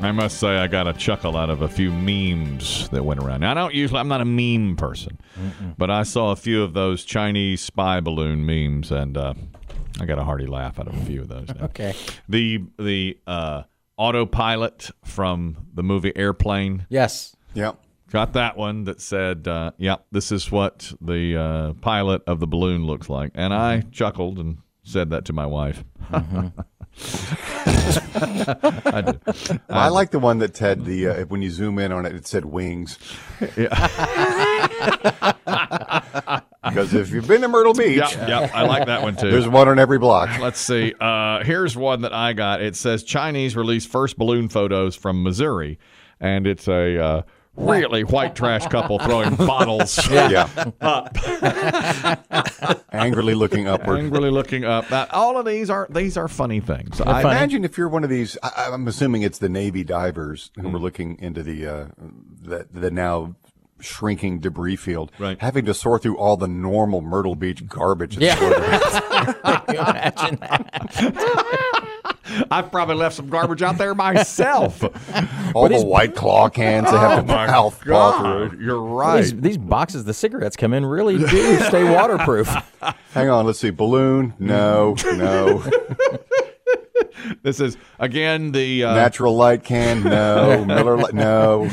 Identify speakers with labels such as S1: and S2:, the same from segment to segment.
S1: I must say I got a chuckle out of a few memes that went around. Now, I don't usually I'm not a meme person, but I saw a few of those Chinese spy balloon memes, and uh, I got a hearty laugh out of a few of those. now.
S2: Okay.
S1: The the uh, autopilot from the movie Airplane.
S2: Yes.
S1: Um,
S3: Yep.
S1: Got that one that said, uh, "Yeah, this is what the uh, pilot of the balloon looks like," and I chuckled and said that to my wife. I did.
S3: I like the one that Ted the uh, when you zoom in on it, it said wings. Because if you've been to Myrtle Beach,
S1: Yeah, yeah, I like that one too.
S3: there's one on every block.
S1: Let's see. Uh, here's one that I got. It says Chinese released first balloon photos from Missouri, and it's a uh, really white trash couple throwing bottles.
S3: Yeah. Angrily looking upward.
S1: Angrily looking up. That, all of these are these are funny things. I,
S2: funny.
S3: Imagine if you're one of these. I, I'm assuming it's the Navy divers
S1: Mm-hmm.
S3: who were looking into the uh, the, the now shrinking debris field,
S1: Right.
S3: having to sort through all the normal Myrtle Beach garbage.
S2: Yeah.
S3: Yeah.
S2: Imagine that.
S1: I've probably left some garbage out there myself.
S3: all the white claw cans they have to mouth paw through.
S1: Oh God, you're
S2: These,
S1: right.
S2: these boxes the cigarettes come in really do stay waterproof.
S3: Hang on, let's see. Balloon? No, no.
S1: This is again the uh,
S3: Natural light can? No. Miller Lite? No.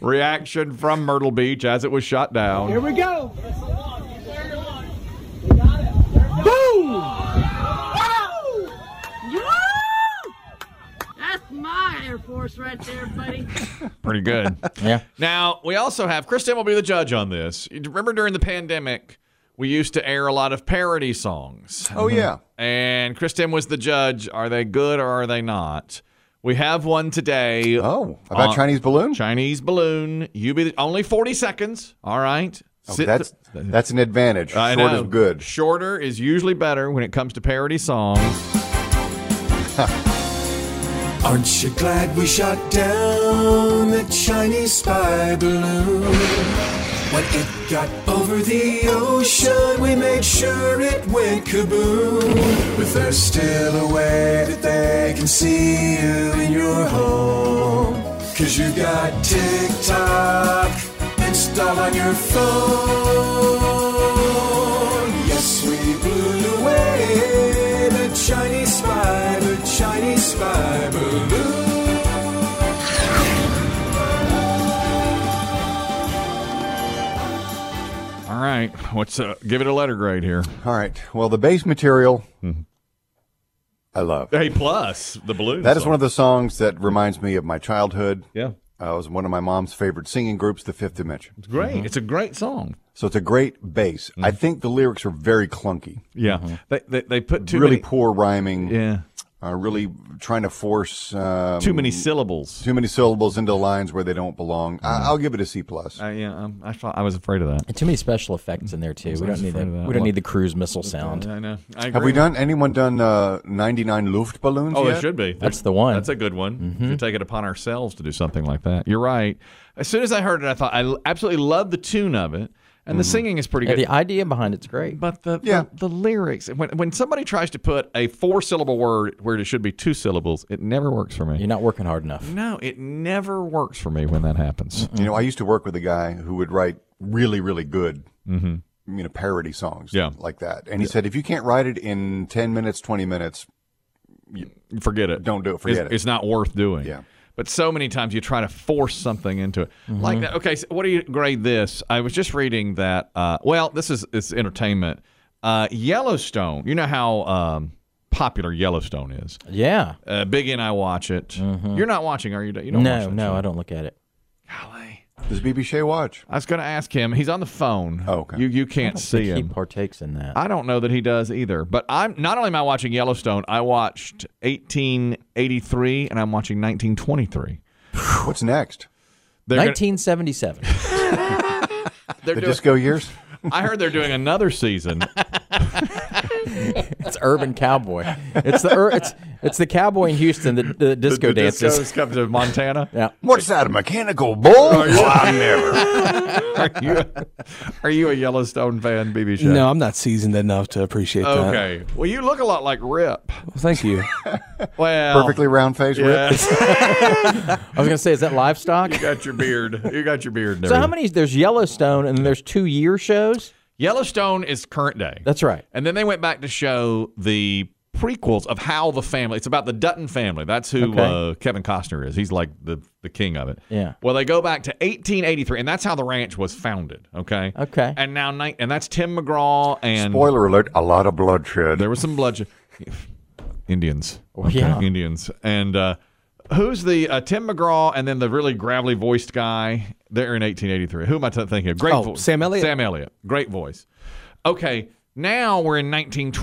S1: reaction from Myrtle Beach as it was shot down.
S4: Here we go. Boom!
S5: That's my Air Force right there, buddy.
S1: Pretty good.
S2: Yeah.
S1: Now, we also have, Kristen will be the judge on this. You Remember during the pandemic, we used to air a lot of parody songs.
S3: Oh yeah.
S1: And Kristen was the judge. Are they good or are they not? We have one today.
S3: Oh, about
S1: Uh,
S3: Chinese balloon.
S1: Chinese balloon. You be the, only 40 seconds. All right.
S3: Oh,
S1: Sit-
S3: that's that's an advantage.
S1: I
S3: Short
S1: know.
S3: is good.
S1: Shorter is usually better when it comes to parody songs.
S6: Aren't you glad we shot down the Chinese spy balloon? When it got over the ocean, we made sure it went kaboom. But there's still a way that they can see you in your home. Cause you got TikTok installed on your phone. Yes, we blew away the Chinese spy, the Chinese spy balloon.
S1: All right. What's uh, give it a letter grade here?
S3: All right. Well, the base material,
S1: Mm-hmm.
S3: I love.
S1: A plus the balloon.
S3: That is one of the songs that reminds me of my childhood.
S1: yeah.
S3: Uh, it was one of my mom's favorite singing groups, The Fifth Dimension.
S1: It's great. It's a great song.
S3: So it's a great bass.
S1: Mm.
S3: I think the lyrics are very clunky,
S1: Yeah, they, they they put too
S3: really
S1: many
S3: poor rhyming,
S1: yeah
S3: uh, really trying to force um,
S1: too many syllables.
S3: too many syllables into lines where they don't belong.
S1: Mm-hmm.
S3: I- I'll give it a C plus.
S1: Uh, yeah, um, I thought I was afraid of that.
S2: And too many special effects in there too. We don't need
S1: afraid
S2: that.
S1: of that.
S2: We don't need the cruise missile sound.
S1: I know. I agree.
S3: Have we done anyone done uh, 99 Luft balloons?
S1: Oh,
S3: yet?
S1: it should be.
S2: That's the one.
S1: That's a good one. We should take it upon ourselves to do something like that. You're right. As soon as I heard it, I thought I l- absolutely love the tune of it, and the singing is pretty
S2: Yeah,
S1: good.
S2: the idea behind it's great.
S1: but the,
S3: Yeah.
S1: the the lyrics when when somebody tries to put a four syllable word where it should be two syllables, it never works for me.
S2: You're not working hard enough.
S1: no, it never works for me when that happens.
S3: You know, I used to work with a guy who would write really, really good, you know, parody songs
S1: Mm-hmm. Yeah.
S3: like that. And he said, if you can't write it in 10 minutes, 20 minutes,
S1: Forget it.
S3: don't do it. Forget
S1: it's,
S3: it.
S1: It's not worth doing.
S3: Yeah.
S1: But so many times you try to force something into it
S2: Mm-hmm.
S1: like that. Okay, so what do you grade this? I was just reading that. Uh, well, this is it's entertainment. Uh, Yellowstone. You know how um, popular Yellowstone is.
S2: Yeah.
S1: Uh, Big and I watch it. You're not watching, are you? You don't watch
S2: Mm-hmm. No,
S1: that
S2: no, I don't look at it.
S1: show. Golly.
S3: Does BB Shea watch?
S1: I was going to ask him. He's on the phone.
S3: Oh, okay.
S1: You you can't see
S2: He
S1: him.
S2: partakes in that.
S1: I don't know that he does either. But I'm not only am I watching Yellowstone, I watched 1883 and I'm watching 1923.
S3: What's next?
S1: They're gonna-
S2: 1977.
S1: they're doing-
S3: The disco years?
S1: I heard they're doing another season
S2: It's urban cowboy. It's the ur- it's it's the cowboy in Houston that the disco
S1: the
S2: dances.
S1: discos come to Montana.
S2: Yeah.
S3: What's that, a mechanical bull? Oh, I never.
S1: Are you, are you a Yellowstone fan, BB Shaw?
S7: No, I'm not seasoned enough to appreciate that.
S1: Okay. Well, you look a lot like Rip.
S7: Well, thank you.
S1: Well,
S3: Perfectly round face
S1: Yeah,
S3: rip.
S2: I was gonna say, is that livestock?
S1: you got your beard. You got your beard. and
S2: So how
S1: everything.
S2: many? There's Yellowstone, and then there's two year shows.
S1: Yellowstone is current day.
S2: That's right.
S1: And then they went back to show the prequels of how the family. It's about the Dutton family. That's who
S2: Okay.
S1: uh, Kevin Costner is. He's like the the king of it.
S2: Yeah.
S1: Well, they go back to 1883, and that's how the ranch was founded. Okay.
S2: Okay.
S1: And now, ni- and that's Tim McGraw and
S3: Spoiler alert, a lot of bloodshed.
S1: There was some bloodshed. Indians.
S7: Oh,
S2: yeah.
S1: Indians. And uh, who's the uh, Tim McGraw and then the really gravelly voiced guy there in 1883? Who am I t- thinking of? Great
S7: Oh,
S1: voice.
S7: Sam Elliott.
S1: Sam Elliott. Great voice. Okay. Now we're in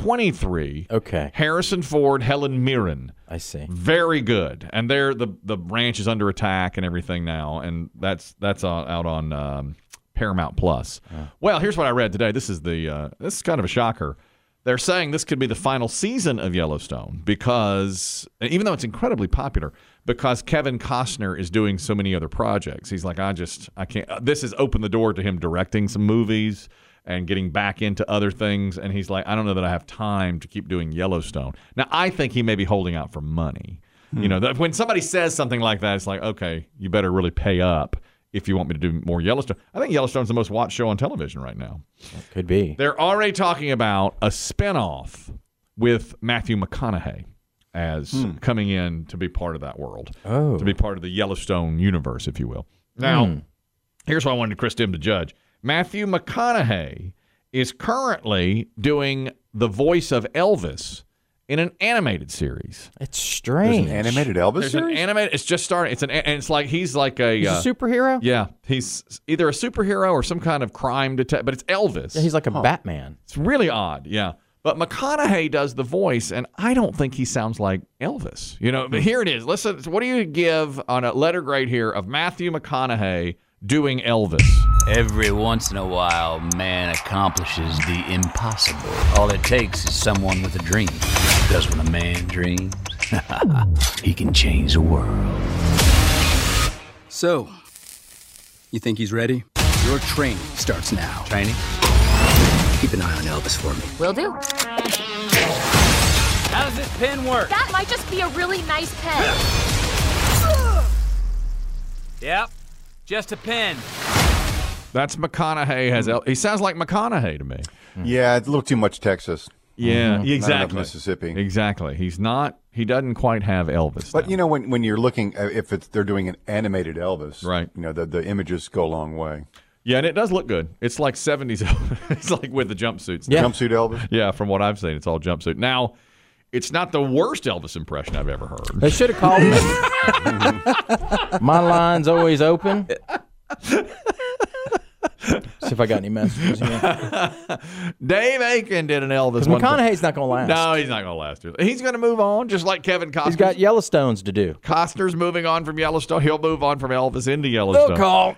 S1: 1923.
S2: Okay.
S1: Harrison Ford, Helen Mirren.
S2: I see.
S1: Very good. And they're the the ranch is under attack and everything now, and that's that's out, out on um, Paramount Plus.
S2: Uh.
S1: Well, here's what I read today. This is the uh, this is kind of a shocker. They're saying this could be the final season of Yellowstone because even though it's incredibly popular, because Kevin Costner is doing so many other projects. He's like, I just I can't. This has opened the door to him directing some movies and getting back into other things. And he's like, I don't know that I have time to keep doing Yellowstone. Now, I think he may be holding out for money. You know, that when somebody says something like that, it's like, okay, you better really pay up if you want me to do more Yellowstone. I think Yellowstone's the most watched show on television right now.
S2: Could be.
S1: They're already talking about a spinoff with Matthew McConaughey as coming in to be part of that world,
S2: Hmm. Oh. Hmm.
S1: to be part of the Yellowstone universe, if you will. Now, here's what I wanted Chris Dim to judge Matthew McConaughey is currently doing the voice of Elvis in an animated series.
S2: It's
S3: There's
S2: strange.
S3: an animated Elvis
S1: There's an
S3: series?
S1: animated. It's just starting. It's an. And it's like he's like a.
S2: He's
S1: uh,
S2: a superhero.
S1: yeah, he's either a superhero or some kind of crime detective, but it's Elvis.
S2: Yeah, he's like a Batman.
S1: It's really odd, yeah. But McConaughey does the voice, and I don't think he sounds like Elvis. You know, but here it is. Listen, what do you give on a letter grade here of Matthew McConaughey doing Elvis?
S8: Every once in a while, man accomplishes the impossible. All it takes is someone with a dream. Because when a man dreams, he can change the world.
S9: So, you think he's ready? Your training starts now.
S8: Training?
S9: Keep an eye on Elvis for me.
S10: Will do.
S4: How does this pin work?
S10: That might just be a really nice pen.
S4: Yep. Just a pin.
S1: That's McConaughey has El- he sounds like McConaughey to me.
S3: Yeah, it's a little too much Texas.
S1: Yeah,
S3: Not enough Mississippi.
S1: Exactly. He's not. He doesn't quite have Elvis.
S3: But
S1: now.
S3: you know, when when you're looking, uh, if it's they're doing an animated Elvis,
S1: Right.
S3: You know, the the images go a long way.
S1: yeah, and it does look good. It's like seventies. it's like with the jumpsuits.
S2: Yeah.
S3: Jumpsuit Elvis.
S1: Yeah, from what I've seen, it's all jumpsuit. Now, it's not the worst Elvis impression I've ever heard.
S2: They should have called me. My line's always open. See if I got any messages. Because
S1: Dave Aiken did an Elvis. one-
S2: McConaughey's not going to last.
S1: No, he's not going to last. through- He's going to move on, just like Kevin Costner.
S2: He's got Yellowstones to do.
S1: Costner's moving on from Yellowstone. He'll move on from Elvis into Yellowstone.
S2: call.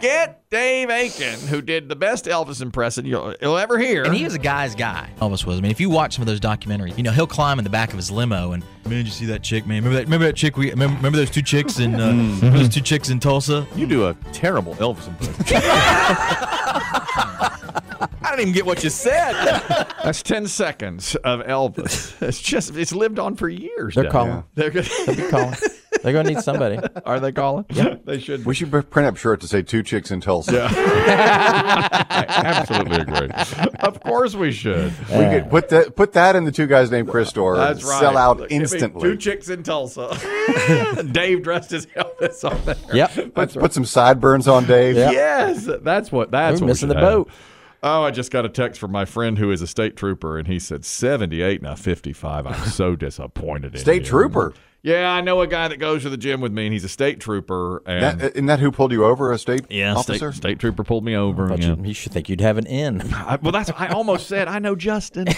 S1: Get Dave Aiken, who did the best Elvis impression you'll, you'll ever hear.
S11: And he was a guy's guy. Elvis was. I mean, if you watch some of those documentaries, you know he'll climb in the back of his limo and man, did you see that chick, man? Remember that? Remember that chick? We remember, remember those two chicks in uh,
S2: Mm-hmm.
S11: remember those two chicks in Tulsa.
S1: you do a terrible Elvis impression.
S2: I don't even get what you said.
S1: That's ten seconds of Elvis. It's just it's lived on for years.
S2: They're
S1: Dave.
S2: calling.
S1: They're gonna,
S2: Calling. They're going to need somebody.
S1: are they calling? Yeah, they should.
S3: We should pr- print up shirts to say two chicks in Tulsa.
S1: I absolutely agree. of course we should.
S3: We could put that put that in the two guys named Chris store.
S1: That's right.
S3: Sell out
S1: Look, give me
S3: instantly.
S1: Two chicks in Tulsa. Dave dressed as Elvis on there.
S2: Yep.
S3: Put, put some sideburns on Dave.
S1: Yes, that's what. That's
S2: We're
S1: what we
S2: missing the
S1: should have.
S2: boat.
S1: Oh, I just got a text from my friend who is a state trooper, and he said seventy-eight, now fifty-five. I'm so disappointed. In
S3: State
S1: you.
S3: trooper.
S1: Yeah, I know a guy that goes to the gym with me, and he's a state trooper. And
S2: uh,
S3: That, isn't that who pulled you over? A state
S11: Yeah,
S1: state,
S3: officer.
S1: state trooper pulled me over.
S2: But
S1: yeah.
S2: you, you should think you'd have an in.
S1: I- well, that's. I almost said I know Justin.